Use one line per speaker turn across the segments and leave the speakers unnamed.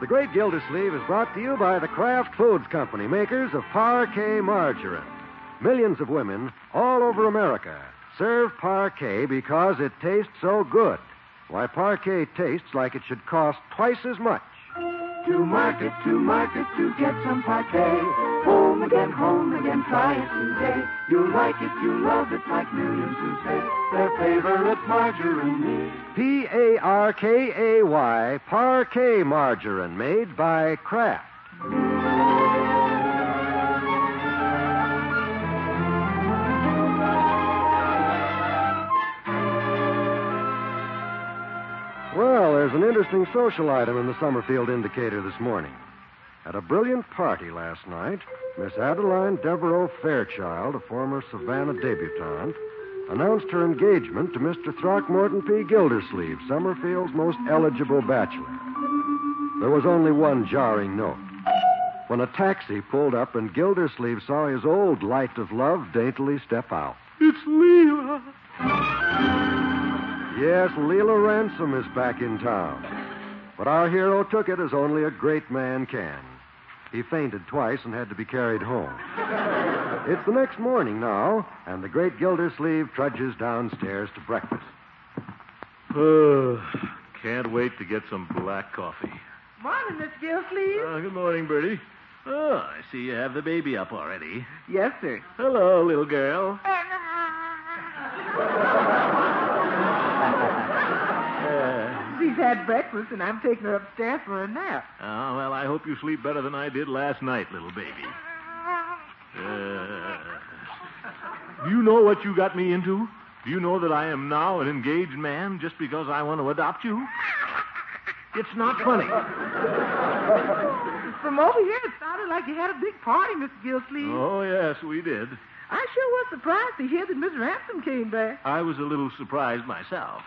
The Great Gildersleeve is brought to you by the Kraft Foods Company, makers of Parquet Margarine. Millions of women all over America serve Parquet because it tastes so good. Why, Parquet tastes like it should cost twice as much.
To market, to market, to get some parquet. Home again, home again, try it today. You'll like it, you'll love it, like millions who say their favorite margarine is.
P A R K A Y, Parquet Margarine, made by Kraft. Well, there's an interesting social item in the Summerfield Indicator this morning. At a brilliant party last night, Miss Adeline Devereaux Fairchild, a former Savannah debutante, announced her engagement to Mr. Throckmorton P. Gildersleeve, Summerfield's most eligible bachelor. There was only one jarring note. When a taxi pulled up and Gildersleeve saw his old light of love daintily step out.
It's Leela.
Yes, Leela Ransom is back in town. But our hero took it as only a great man can. He fainted twice and had to be carried home. it's the next morning now, and the great Gildersleeve trudges downstairs to breakfast.
Oh, can't wait to get some black coffee.
Morning, Miss Gilsleeve.
Oh, good morning, Bertie. Oh, I see you have the baby up already.
Yes, sir.
Hello, little girl. Uh,
She's had breakfast, and I'm taking her upstairs for a nap.
oh, well, I hope you sleep better than I did last night, little baby. Uh, do you know what you got me into? Do you know that I am now an engaged man just because I want to adopt you? It's not funny.
From over here, it sounded like you had a big party, Miss Gilsleeve.
Oh, yes, we did.
I sure was surprised to hear that Miss Ransom came back.
I was a little surprised myself.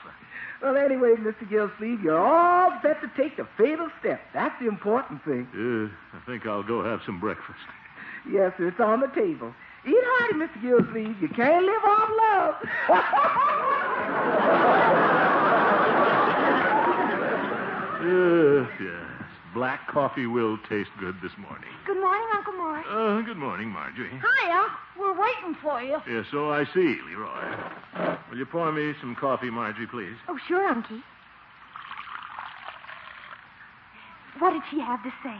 Well, anyway, Mr. Gilsleeve, you're all set to take the fatal step. That's the important thing.
Uh, I think I'll go have some breakfast.
Yes, sir, it's on the table. Eat hearty, Mr. Gilsleeve. You can't live off love.
Yes, yes. Black coffee will taste good this morning.
Good morning, Uncle Morris.
Uh, good morning, Marjorie.
Hiya. We're waiting for you.
Yeah, so I see, Leroy. Will you pour me some coffee, Marjorie, please?
Oh, sure, Unky. What did she have to say?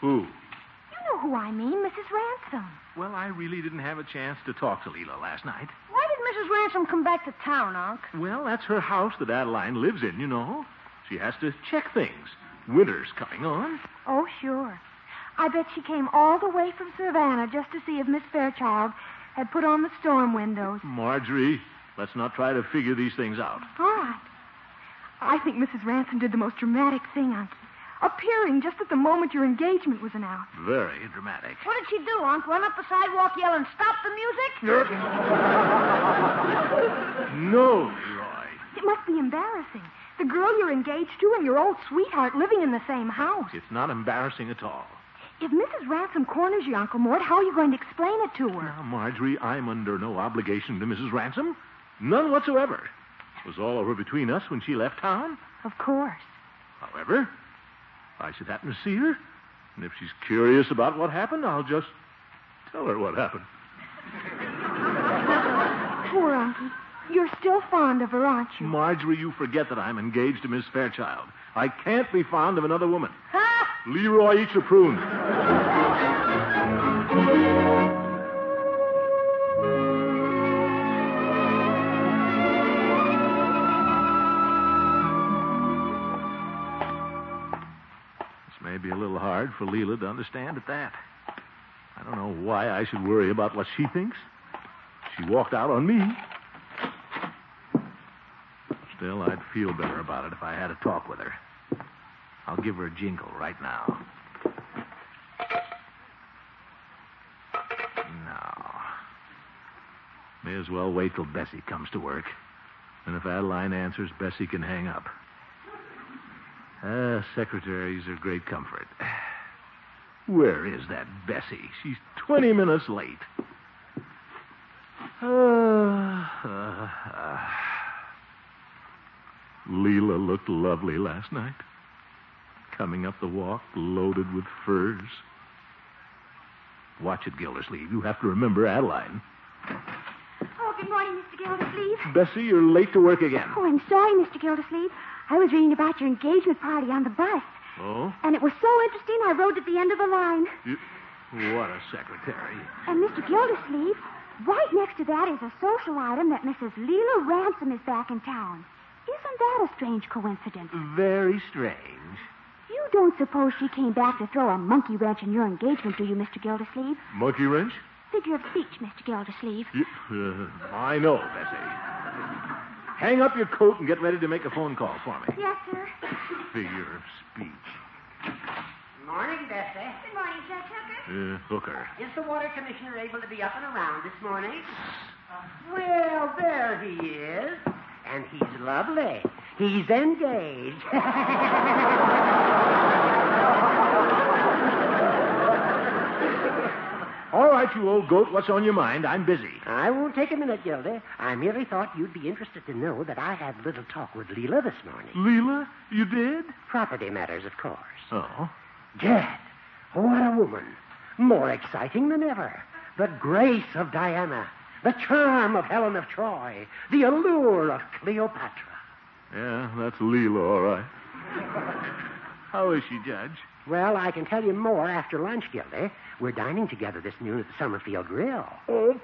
Who?
You know who I mean, Mrs. Ransom.
Well, I really didn't have a chance to talk to Leela last night.
Why did Mrs. Ransom come back to town, Unc?
Well, that's her house that Adeline lives in, you know. She has to check things. Winter's coming on.
Oh, sure. I bet she came all the way from Savannah just to see if Miss Fairchild had put on the storm windows.
Marjorie, let's not try to figure these things out.
All right. I think Mrs. Ransom did the most dramatic thing, Unky. Appearing just at the moment your engagement was announced.
Very dramatic.
What did she do, Unc? Run up the sidewalk, yell, and stop the music?
No, Leroy.
It must be embarrassing. The girl you're engaged to and your old sweetheart living in the same house.
It's not embarrassing at all.
If Mrs. Ransom corners you, Uncle Mort, how are you going to explain it to her?
Now, Marjorie, I'm under no obligation to Mrs. Ransom. None whatsoever. It was all over between us when she left town.
Of course.
However, I should happen to see her. And if she's curious about what happened, I'll just tell her what happened.
Poor Uncle. You're still fond of her, aren't you?
Marjorie, you forget that I'm engaged to Miss Fairchild. I can't be fond of another woman.
Ha!
Leroy eats a prune. This may be a little hard for Leela to understand at that. I don't know why I should worry about what she thinks. She walked out on me. Still, I'd feel better about it if I had a talk with her. I'll give her a jingle right now. Now, May as well wait till Bessie comes to work. And if Adeline answers, Bessie can hang up. Ah, secretaries are great comfort. Where is that Bessie? She's 20 minutes late. Ah, ah, ah. Leela looked lovely last night. Coming up the walk, loaded with furs. Watch it, Gildersleeve. You have to remember Adeline.
Oh, good morning, Mr. Gildersleeve.
Bessie, you're late to work again.
Oh, I'm sorry, Mr. Gildersleeve. I was reading about your engagement party on the bus,
Oh?
and it was so interesting I wrote at the end of the line.
You... What a secretary.
And Mr. Gildersleeve, right next to that is a social item that Mrs. Leela Ransom is back in town. Isn't that a strange coincidence?
Very strange.
You don't suppose she came back to throw a monkey wrench in your engagement, do you, Mr. Gildersleeve?
Monkey wrench?
Figure of speech, Mr. Gildersleeve.
You... uh, I know, Bessie. Hang up your coat and get ready to make a phone call for me.
Yes, sir.
Figure of speech.
Morning, Bessie.
Good morning, Judge Hooker.
Uh, hooker.
Is the water commissioner able to be up and around this morning?
Uh,
Well, there he is. And he's lovely. He's engaged.
All right, you old goat. What's on your mind? I'm busy.
I won't take a minute, Gilda. I merely thought you'd be interested to know that I had a little talk with Leela this morning.
Leela, you did?
Property matters, of course.
Oh.
Gad, what a woman. More exciting than ever. The grace of Diana, the charm of Helen of Troy, the allure of Cleopatra.
Yeah, that's Leela, all right. How is she, Judge?
Well, I can tell you more after lunch, Gildy. We're dining together this noon at the Summerfield Grill.
Oh,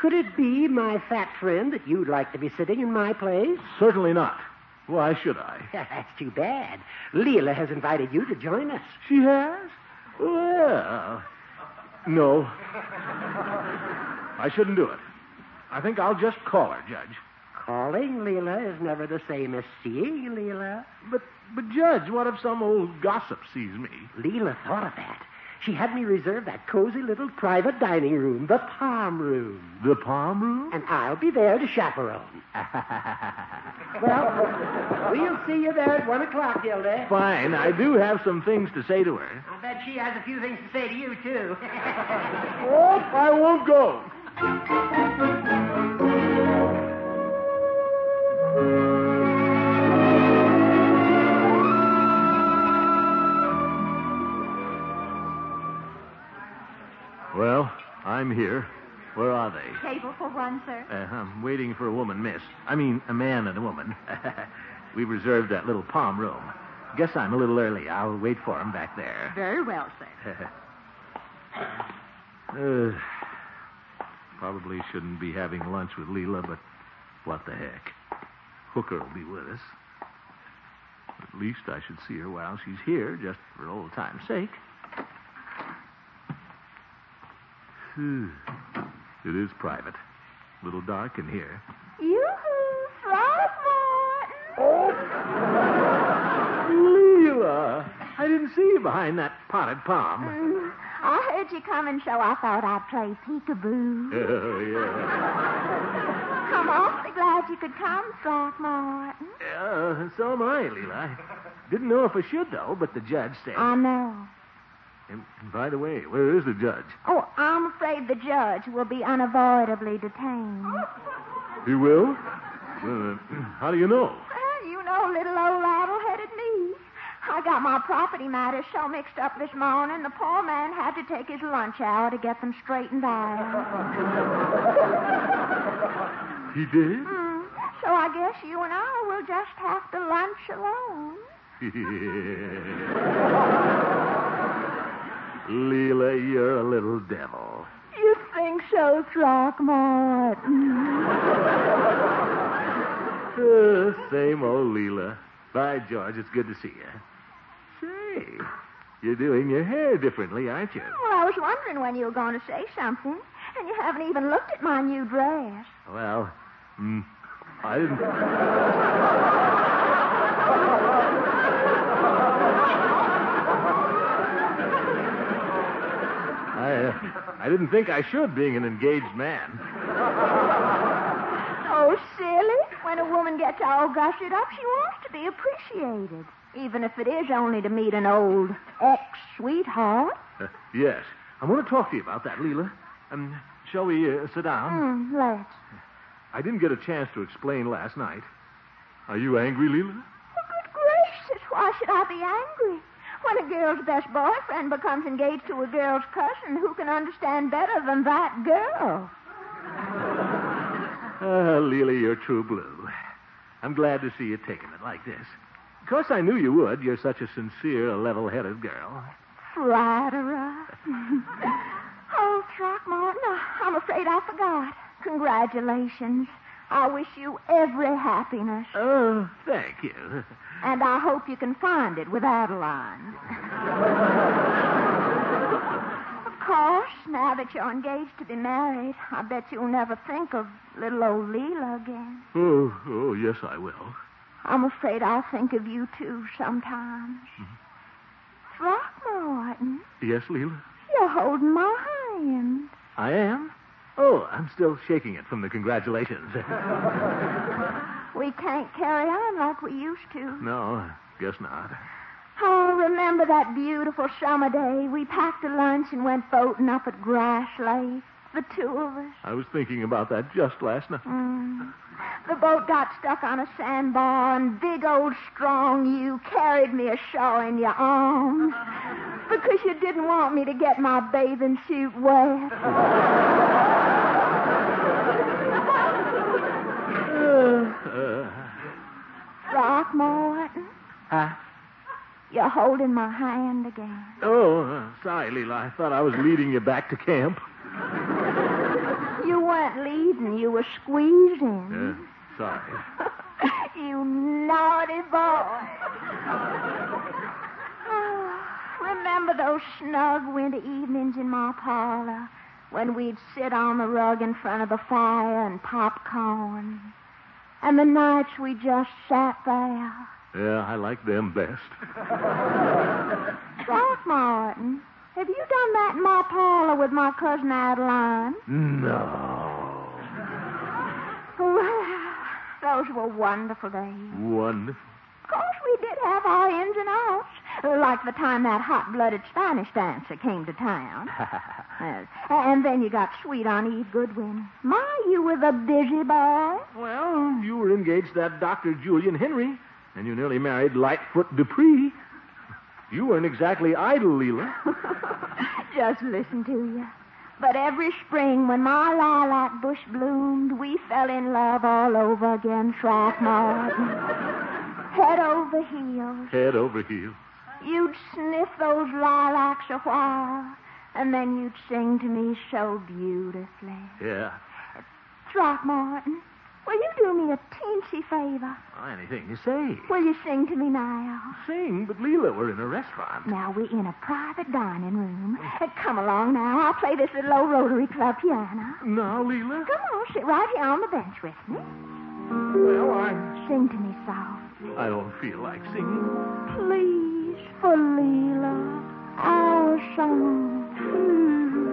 Could it be, my fat friend, that you'd like to be sitting in my place?
certainly not. Why should I?
That's too bad. Leela has invited you to join us.
She has? Well, no. I shouldn't do it. I think I'll just call her, Judge.
Calling Leela is never the same as seeing Leela.
But, but Judge, what if some old gossip sees me?
Leela thought of that. She had me reserve that cozy little private dining room, the palm room.
The palm room?
And I'll be there to chaperone. Well, we'll see you there at one o'clock, Gildy.
Fine, I do have some things to say to her.
I bet she has a few things to say to you, too.
Oh, I won't go. Well, I'm here. Where are they?
Table for one, sir.
Uh, I'm waiting for a woman, miss. I mean, a man and a woman. we reserved that little palm room. Guess I'm a little early. I'll wait for 'em back there.
Very well, sir.
Uh, probably shouldn't be having lunch with Leela, but what the heck? Hooker will be with us. At least I should see her while she's here, just for old time's sake. Phew. it is private. A little dark in here.
Yoo-hoo, Throckmorton.
Oh. Leela! I didn't see you behind that potted palm.
Mm, I heard you coming, so I thought I'd play peekaboo.
Oh, yeah.
I'm awfully glad you could come, Mm? Throckmorton.
Uh, so am I, Leela. Didn't know if I should, though, but the judge said.
I know.
and by the way, where is the judge?
Oh, I'm afraid the judge will be unavoidably detained.
He will? Uh, how do you know?
Well, you know little old addle-headed me. I got my property matters so mixed up this morning, the poor man had to take his lunch hour to get them straightened out.
He did?
Hmm. So I guess you and I will just have to lunch alone.
Leela, you're a little devil.
You think so, Throckmorton?
Uh, same old Leela. Bye, George. It's good to see you. Say, you're doing your hair differently, aren't you?
Well, I was wondering when you were going to say something, and you haven't even looked at my new dress.
Well, mm, I didn't. I, uh, I didn't think I should, being an engaged man.
Oh, silly. When a woman gets all gussied up, she wants to be appreciated. Even if it is only to meet an old ex sweetheart.
Uh, yes. I want to talk to you about that, Leela. Um, shall we uh, sit down?
Hmm, let's.
I didn't get a chance to explain last night. Are you angry, Leela?
Oh, good gracious, why should I be angry? When a girl's best boyfriend becomes engaged to a girl's cousin, who can understand better than that girl?
Ah, Leela, you're true blue. I'm glad to see you taking it like this. Of course, I knew you would. You're such a sincere, level-headed girl.
Flatterer. oh, Throckmorton, I- I'm afraid I forgot. Congratulations. I wish you every happiness,
Oh, thank you.
and I hope you can find it with Adeline. of course, now that you're engaged to be married, I bet you'll never think of little old Leela again.
Oh, oh, yes, I will.
I'm afraid I'll think of you too sometimes. Throckmorton,
Yes, Leela?
you're holding my hand.
I am? Oh, I'm still shaking it from the congratulations.
We can't carry on like we used to.
no, guess not.
Oh, remember that beautiful summer day? We packed a lunch and went boating up at Grass Lake, the two of us.
I was thinking about that just last night.
Mm. The boat got stuck on a sandbar, and big old strong you carried me ashore in your arms because you didn't want me to get my bathing suit wet. Throckmorton,
Huh?
you're holding my hand again.
Oh, uh, sorry, Leela. I thought I was leading you back to camp.
You weren't leading, you were squeezing.
Yeah, Uh, sorry.
you naughty boy. Oh, Remember those snug winter evenings in my parlor when we'd sit on the rug in front of the fire and popcorn? And the nights we just sat there.
Yeah, I like them best.
Throckmorton, have you done that in my parlor with my cousin Adeline?
No.
Well, those were wonderful days.
Wonderful.
Of course, we did have our ins and outs, like the time that hot-blooded Spanish dancer came to town. Yes. And then you got sweet on Eve Goodwin. My, you were the busy boy.
Well, you were engaged to that Dr. Julian Henry, and you nearly married Lightfoot Dupree. You weren't exactly idle, Leela.
Just listen to you. But every spring, when my lilac bush bloomed, we fell in love all over again, Throckmorton. Head over heels.
Head over heels.
You'd sniff those lilacs a while, and then you'd sing to me so beautifully.
Yeah.
Throckmorton, will you do me a teensy favor?
Oh, anything you say.
Will you sing to me now?
Sing, but Leela, we're in a restaurant.
Now we're in a private dining room. Uh, Come along now. I'll play this little old Rotary Club piano.
Now, Leela.
Come on, sit right here on the bench with me.
Well, I,
Sing to me soft.
I don't feel like singing.
Please, for Leela, our song. Hmm.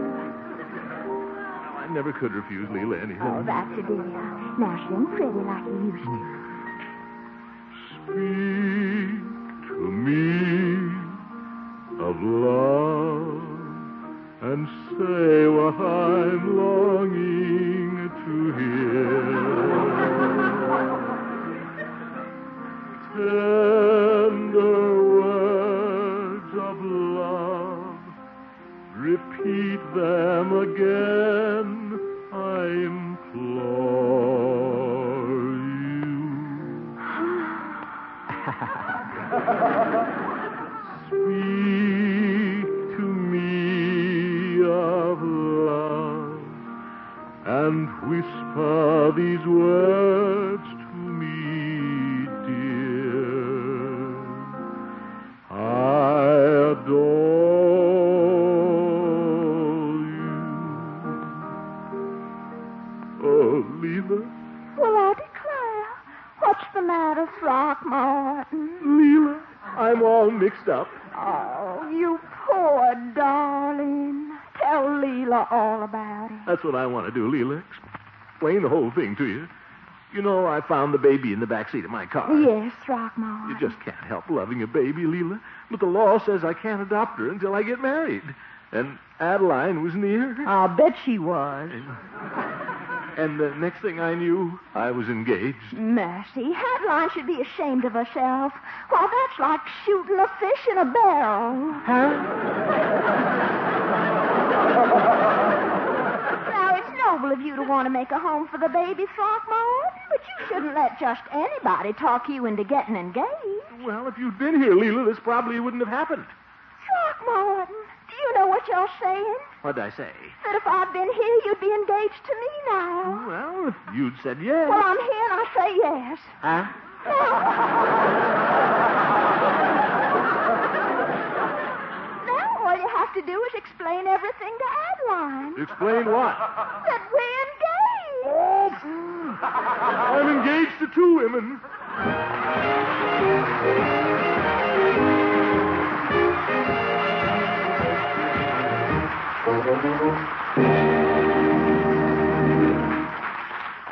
I never could refuse Leela anything.
Oh, that's a dear. Now sing pretty like you used to.
Speak to me of love and say what I'm longing to hear. Tender words of love, repeat them again, I implore you. Speak to me of love and whisper these words to me, dear. I adore you. Oh, Leela,
Well, I declare. What's the matter, Throckmorton?
Leela, I'm all mixed up.
Oh, you poor darling. Tell Leela all about it.
That's what I want to do, Leela. Explain the whole thing to you. You know, I found the baby in the back seat of my car.
Yes, Throckmorton.
You just can't help loving a baby, Leela. But the law says I can't adopt her until I get married. And Adeline was near.
I'll bet she was.
And the next thing I knew, I was engaged.
Mercy, Adeline should be ashamed of herself. Why, that's like shooting a fish in a barrel. Huh? now, it's noble of you to want to make a home for the baby, Throckmorton, but you shouldn't let just anybody talk you into getting engaged.
Well, if you'd been here, Leela, this probably wouldn't have happened.
Throckmorton, do you know what you're saying?
What'd I say?
That if I'd been here, you'd be engaged to me now.
Well, if you'd said yes.
Well, I'm here and I say yes.
Huh?
Now all you have to do is explain everything to Adeline.
Explain what? Oh.
That we're engaged.
I'm engaged to two women.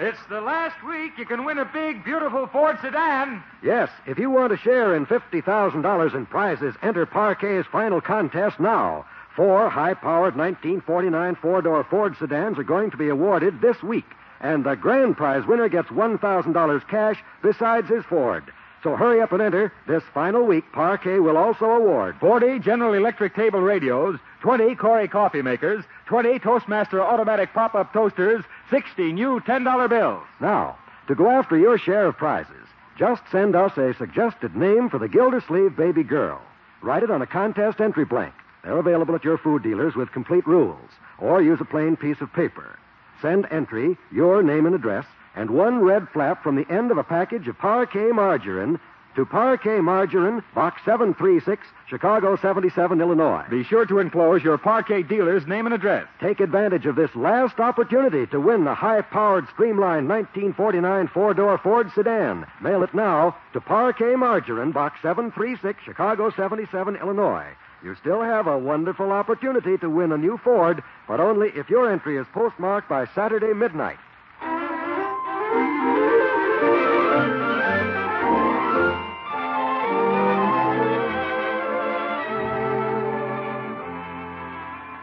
It's the last week you can win a big, beautiful Ford sedan.
Yes, if you want to share in $50,000 in prizes, enter Parquet's final contest now. Four high powered 1949 four door Ford sedans are going to be awarded this week, and the grand prize winner gets $1,000 cash besides his Ford. So hurry up and enter. This final week, Parquet will also award.
40 General Electric table radios, 20 Corey coffee makers, 20 Toastmaster automatic pop up toasters, 60 new $10 bills.
Now, to go after your share of prizes, just send us a suggested name for the Gildersleeve baby girl. Write it on a contest entry blank. They're available at your food dealers with complete rules, or use a plain piece of paper. Send entry, your name and address, and one red flap from the end of a package of Parquet Margarine to Parquet Margarine, Box 736, Chicago 77, Illinois.
Be sure to enclose your Parquet dealer's name and address.
Take advantage of this last opportunity to win the high powered Streamline 1949 four door Ford sedan. Mail it now to Parquet Margarine, Box 736, Chicago 77, Illinois. You still have a wonderful opportunity to win a new Ford, but only if your entry is postmarked by Saturday midnight.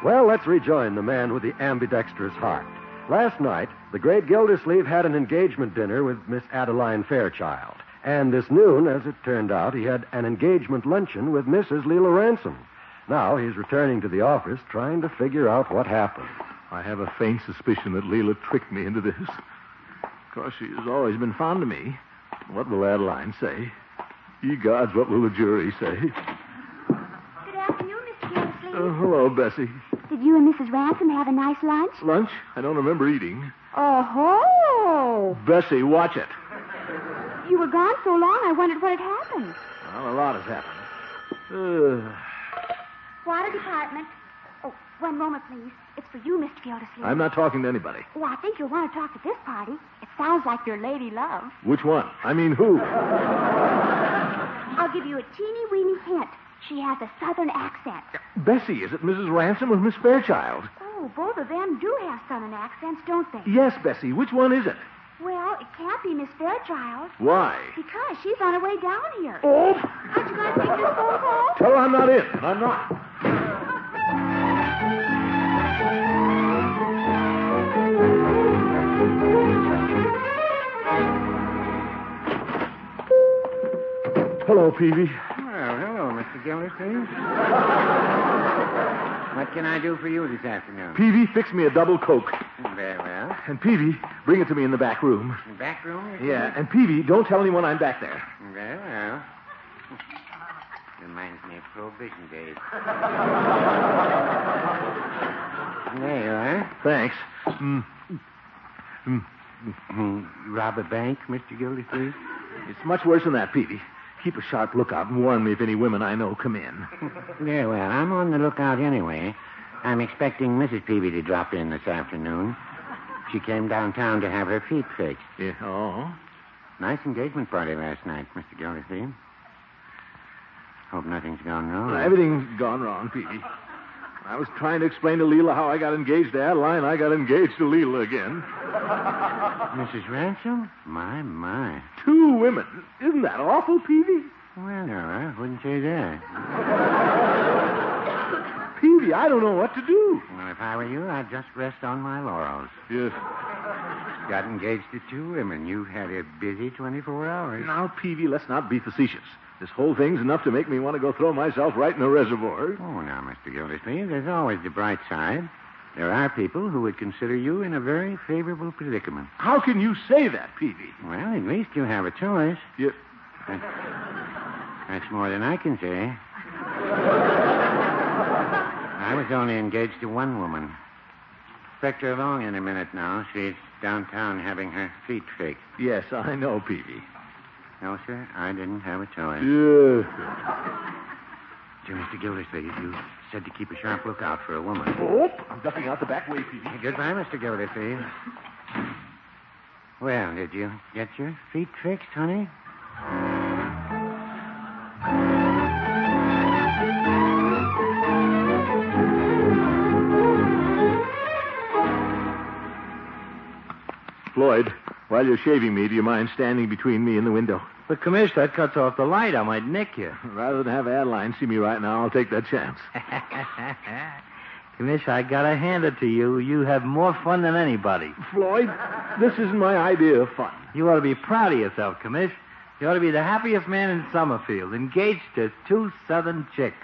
Well, let's rejoin the man with the ambidextrous heart. Last night, the great Gildersleeve had an engagement dinner with Miss Adeline Fairchild. And this noon, as it turned out, he had an engagement luncheon with Mrs. Leela Ransom. Now he's returning to the office trying to figure out what happened.
I have a faint suspicion that Leela tricked me into this. Of course, she has always been fond of me. What will Adeline say? Ye gods, what will the jury say?
Good afternoon, Mr. Gildersleeve.
Oh, hello, Bessie.
Did you and Mrs. Ransom have a nice lunch?
Lunch? I don't remember eating.
Oh,
Bessie, watch it.
you were gone so long, I wondered what had happened.
Well, a lot has happened. Uh,
Water department. Oh, one moment, please. It's for you, Mr. Gildersleeve.
I'm not talking to anybody.
Oh, I think you'll want to talk to this party. It sounds like your lady love.
Which one? I mean, who?
I'll give you a teeny weeny hint. She has a southern accent.
Bessie, is it Mrs. Ransom or Miss Fairchild?
Oh, both of them do have southern accents, don't they?
Yes, Bessie. Which one is it?
Well, it can't be Miss Fairchild
Why?
because she's on her way down here.
Oh,
Aren't you going to take this phone call?
tell her I'm not in. I'm not. Hello, Peavy.
Well, hello, Mr. Gildersleeve. what can I do for you this afternoon?
Peavy, fix me a double Coke.
Very well.
And Peavy, bring it to me in the back room.
In the back room? you
Yeah, and Peavy, don't tell anyone I'm back there.
say? Very well. Reminds me of Prohibition days. there you are.
Thanks. Mm.
Hmm, Rob a bank, Mr. Gildersleeve?
It's much worse than that, Peavy. Keep a sharp lookout and warn me if any women I know come in.
Very well. I'm on the lookout anyway. I'm expecting Mrs. Peavy to drop in this afternoon. She came downtown to have her feet fixed.
Yeah, oh?
Nice engagement party last night, Mr. Gildersleeve. Hope nothing's gone wrong.
Well, everything's gone wrong, Peavy. I was trying to explain to Leela how I got engaged to Adeline. I got engaged to Leela again.
Mrs. Ransom? My, my.
Two women. Isn't that awful, Peavy?
Well, now, I wouldn't say that.
Peavy, I don't know what to do.
Well, if I were you, I'd just rest on my laurels.
Yes.
Got engaged to two women. You've had a busy 24 hours.
Now, Peavy, let's not be facetious. This whole thing's enough to make me want to go throw myself right in the reservoir.
Oh, now, Mr. Gildersleeve, there's always the bright side. There are people who would consider you in a very favorable predicament.
How can you say that, Peavy?
Well, at least you have a choice.
Yes.
That's more than I can say. I was only engaged to one woman. Expect her along in a minute now. She's downtown having her feet fixed.
Yes, I know, Peavy.
No, sir, I didn't have a choice.
Yes.
Dear Mr. Gildersleeve, you said to keep a sharp lookout for a woman.
Oh, I'm ducking out the back way, Peavy.
Goodbye, Mr. Gildersleeve. Well, did you get your feet fixed, honey?
Floyd, while you're shaving me, do you mind standing between me and the window?
But, Commissioner, that cuts off the light. I might nick you.
Rather than have Adeline see me right now, I'll take that chance.
Commissioner, I gotta hand it to you. You have more fun than anybody.
Floyd, this isn't my idea of fun.
You ought to be proud of yourself, Commish. You ought to be the happiest man in Summerfield, engaged to two Southern chicks.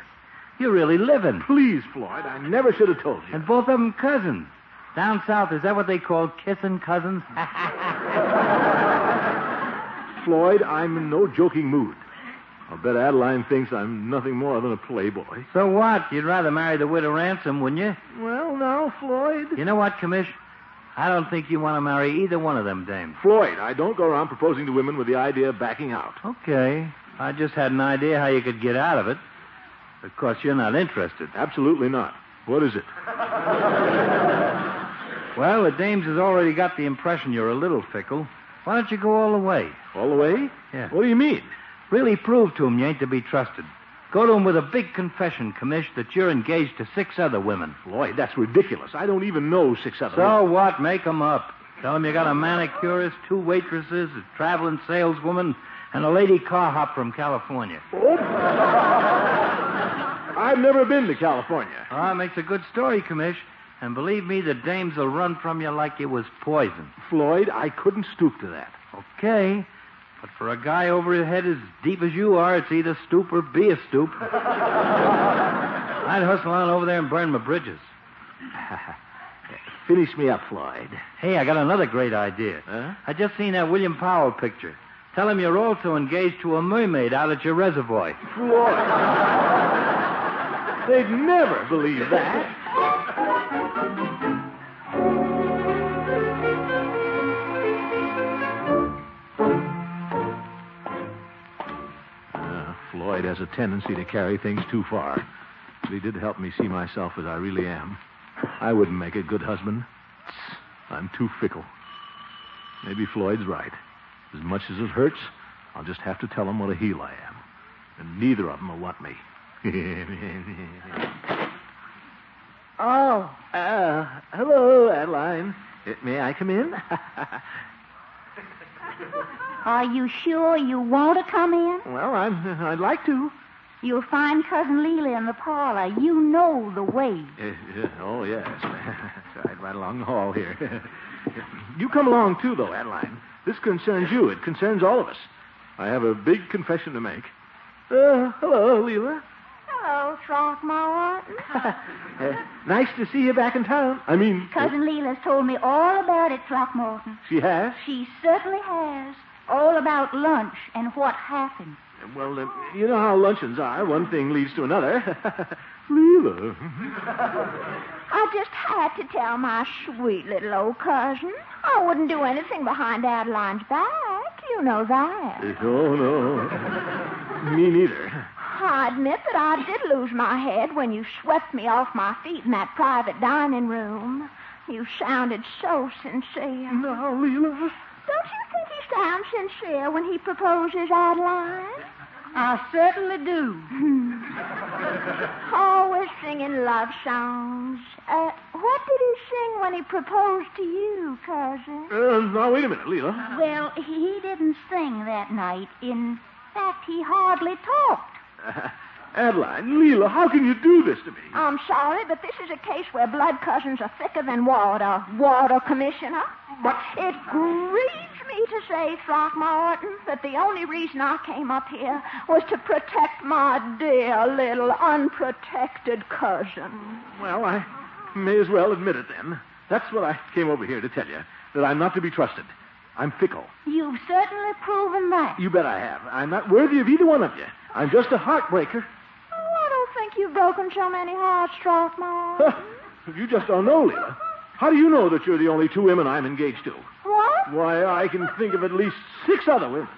You're really living.
Please, Floyd, I never should have told you.
And both of them cousins. Down south, is that what they call kissing cousins?
Floyd, I'm in no joking mood. I'll bet Adeline thinks I'm nothing more than a playboy.
so what? You'd rather marry the widow Ransom, wouldn't you?
Well, now, Floyd.
You know what, Commish? I don't think you want to marry either one of them dames.
Floyd, I don't go around proposing to women with the idea of backing out.
Okay. I just had an idea how you could get out of it. Of course, you're not interested.
Absolutely not. What is it?
Well, the dames has already got the impression you're a little fickle. Why don't you go all the way?
All the way?
Yeah.
What do you mean?
Really prove to 'em you ain't to be trusted. Go to 'em with a big confession, Commish, that you're engaged to six other women.
Floyd, that's ridiculous. I don't even know six other
So what? Make 'em up. Tell 'em you got a manicurist, two waitresses, a traveling saleswoman, and a lady car hop from California.
Oh. I've never been to California.
Ah, makes a good story, Commish. And believe me, the dames will run from you like you was poison.
Floyd, I couldn't stoop to that.
Okay. But for a guy over his head as deep as you are, it's either stoop or be a stoop. I'd hustle on over there and burn my bridges.
Finish me up, Floyd.
Hey, I got another great idea.
Huh?
I just seen that William Powell picture. Tell him you're also engaged to a mermaid out at your reservoir.
Floyd. They'd never believe that. Uh, Floyd has a tendency to carry things too far. But he did help me see myself as I really am. I wouldn't make a good husband. I'm too fickle. Maybe Floyd's right. As much as it hurts, I'll just have to tell him what a heel I am. And neither of them will want me.
Oh,
uh, hello, Adeline. Uh, May I come in? Uh,
Are you sure you want to come in?
well, I'm, I'd like to.
You'll find Cousin Leela in the parlor. You know the way.
oh, yes. It's right, right along the hall here. you come along, too, though, Adeline. This concerns you. It concerns all of us. I have a big confession to make. Uh, hello, Leela.
Hello, Throckmorton.
Uh, nice to see you back in town. I mean,
Cousin Leela's told me all about it, Throckmorton.
she has.
She certainly has. All about lunch and what happened.
Well, uh, you know how luncheons are. One thing leads to another. Leela.
I just had to tell my sweet little old cousin. I wouldn't do anything behind Adeline's back. You know that.
Oh, no. Me neither.
I admit that I did lose my head when you swept me off my feet in that private dining room. You sounded so sincere.
Now, Leela.
Don't you think he sounds sincere when he proposes, Adeline?
I certainly do.
Hmm. Always singing love songs. Uh, what did he sing when he proposed to you, cousin?
Uh, now, wait a minute, Leela.
Well, he didn't sing that night. In fact, he hardly talked.
Uh, Adeline, Leela, how can you do this to me?
I'm sorry, but this is a case where blood cousins are thicker than water, water commissioner. But it grieves me to say, Throckmorton, that the only reason I came up here was to protect my dear little unprotected cousin.
Well, I may as well admit it then. That's what I came over here to tell you that I'm not to be trusted. I'm fickle.
You've certainly proven that.
You bet I have. I'm not worthy of either one of you. I'm just a heartbreaker.
Oh, I don't think you've broken so many hearts, Throckmorton.
Huh. You just don't know, Leela. How do you know that you're the only two women I'm engaged to?
What?
Why, I can think of at least six other women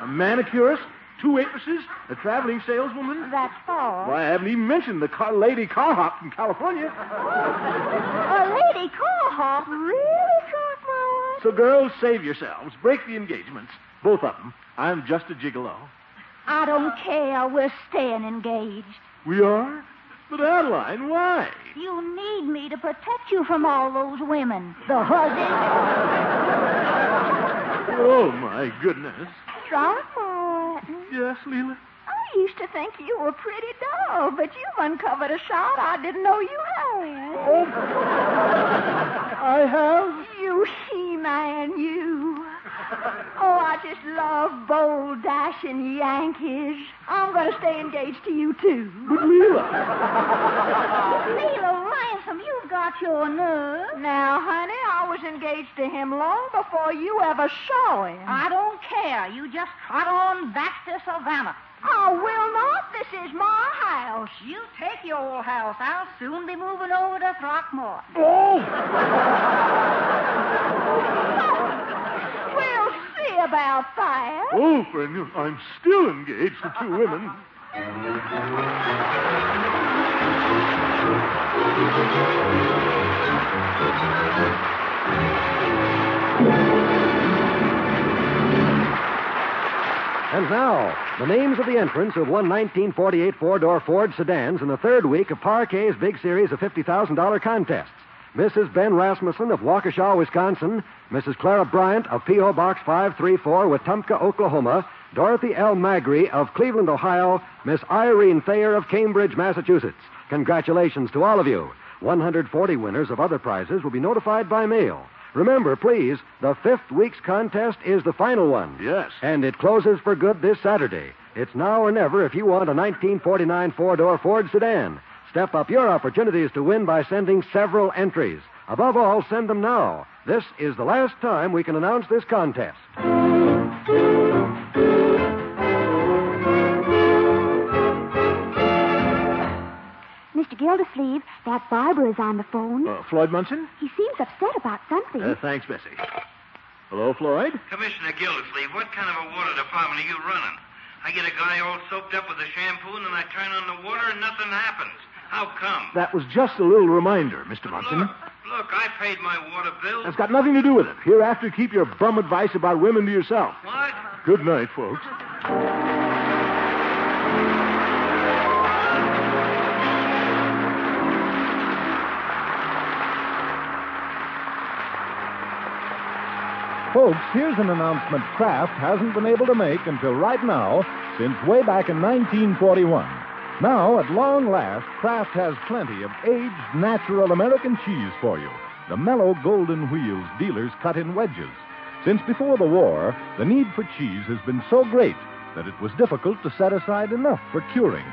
a manicurist, two waitresses, a traveling saleswoman.
That's all.
Why, I haven't even mentioned the car- lady car hop from California.
A lady call Really, Throckmorton?
So, girls, save yourselves. Break the engagements. Both of them. I'm just a gigolo.
I don't care. We're staying engaged.
We are? But, Adeline, why?
You need me to protect you from all those women. The hussies.
Oh, my goodness.
Throckmorton.
Yes, Leela?
I used to think you were pretty dull, but you've uncovered a side I didn't know you had.
Oh, I have.
You he-man, you. Oh, I just love bold, dashing Yankees. I'm going to stay engaged to you, too.
But, Leela.
Leela Ransom, you've got your nerve.
Now, honey, I was engaged to him long before you ever saw him.
I don't care. You just trot on back to Savannah.
I Oh, will not. This is my house.
You take your old house. I'll soon be moving over to Throckmorton.
Oh!
We'll see about that.
Oh, friend, I'm still engaged to two women.
And now, the names of the entrants who have won 1948 four-door Ford sedans in the third week of Parquet's big series of $50,000 contests. Mrs. Ben Rasmussen of Waukesha, Wisconsin, Mrs. Clara Bryant of P.O. Box 534, Wetumpka, Oklahoma, Dorothy L. Magri of Cleveland, Ohio, Miss Irene Thayer of Cambridge, Massachusetts. Congratulations to all of you. 140 winners of other prizes will be notified by mail. Remember, please, the fifth week's contest is the final one.
Yes.
And it closes for good this Saturday. It's now or never if you want a 1949 four door Ford sedan. Step up your opportunities to win by sending several entries. Above all, send them now. This is the last time we can announce this contest.
Mr. Gildersleeve, that barber is on the phone.
Uh, Floyd Munson?
He seems upset about something.
Mm-hmm.
Uh, thanks, Bessie. Hello, Floyd?
Commissioner Gildersleeve, what kind of a water department are you running? I get a guy all soaked up with a shampoo, and then I turn on the water, and nothing happens. How come?
That was just a little reminder, Mr. Munson.
Look, look, I paid my water bill.
That's got nothing to do with it. Hereafter, keep your bum advice about women to yourself.
What?
Good night, folks.
Folks, here's an announcement Kraft hasn't been able to make until right now since way back in 1941. Now, at long last, Kraft has plenty of aged natural American cheese for you. The mellow golden wheels dealers cut in wedges. Since before the war, the need for cheese has been so great that it was difficult to set aside enough for curing.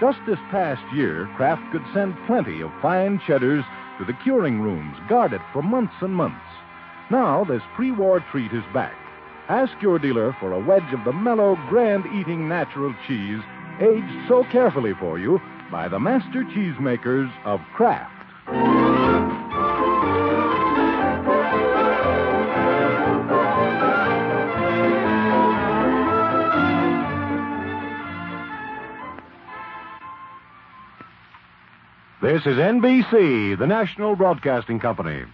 Just this past year, Kraft could send plenty of fine cheddars to the curing rooms, guarded for months and months. Now this pre-war treat is back. Ask your dealer for a wedge of the mellow, grand-eating natural cheese, aged so carefully for you by the master cheesemakers of Kraft. This is NBC, the national broadcasting company.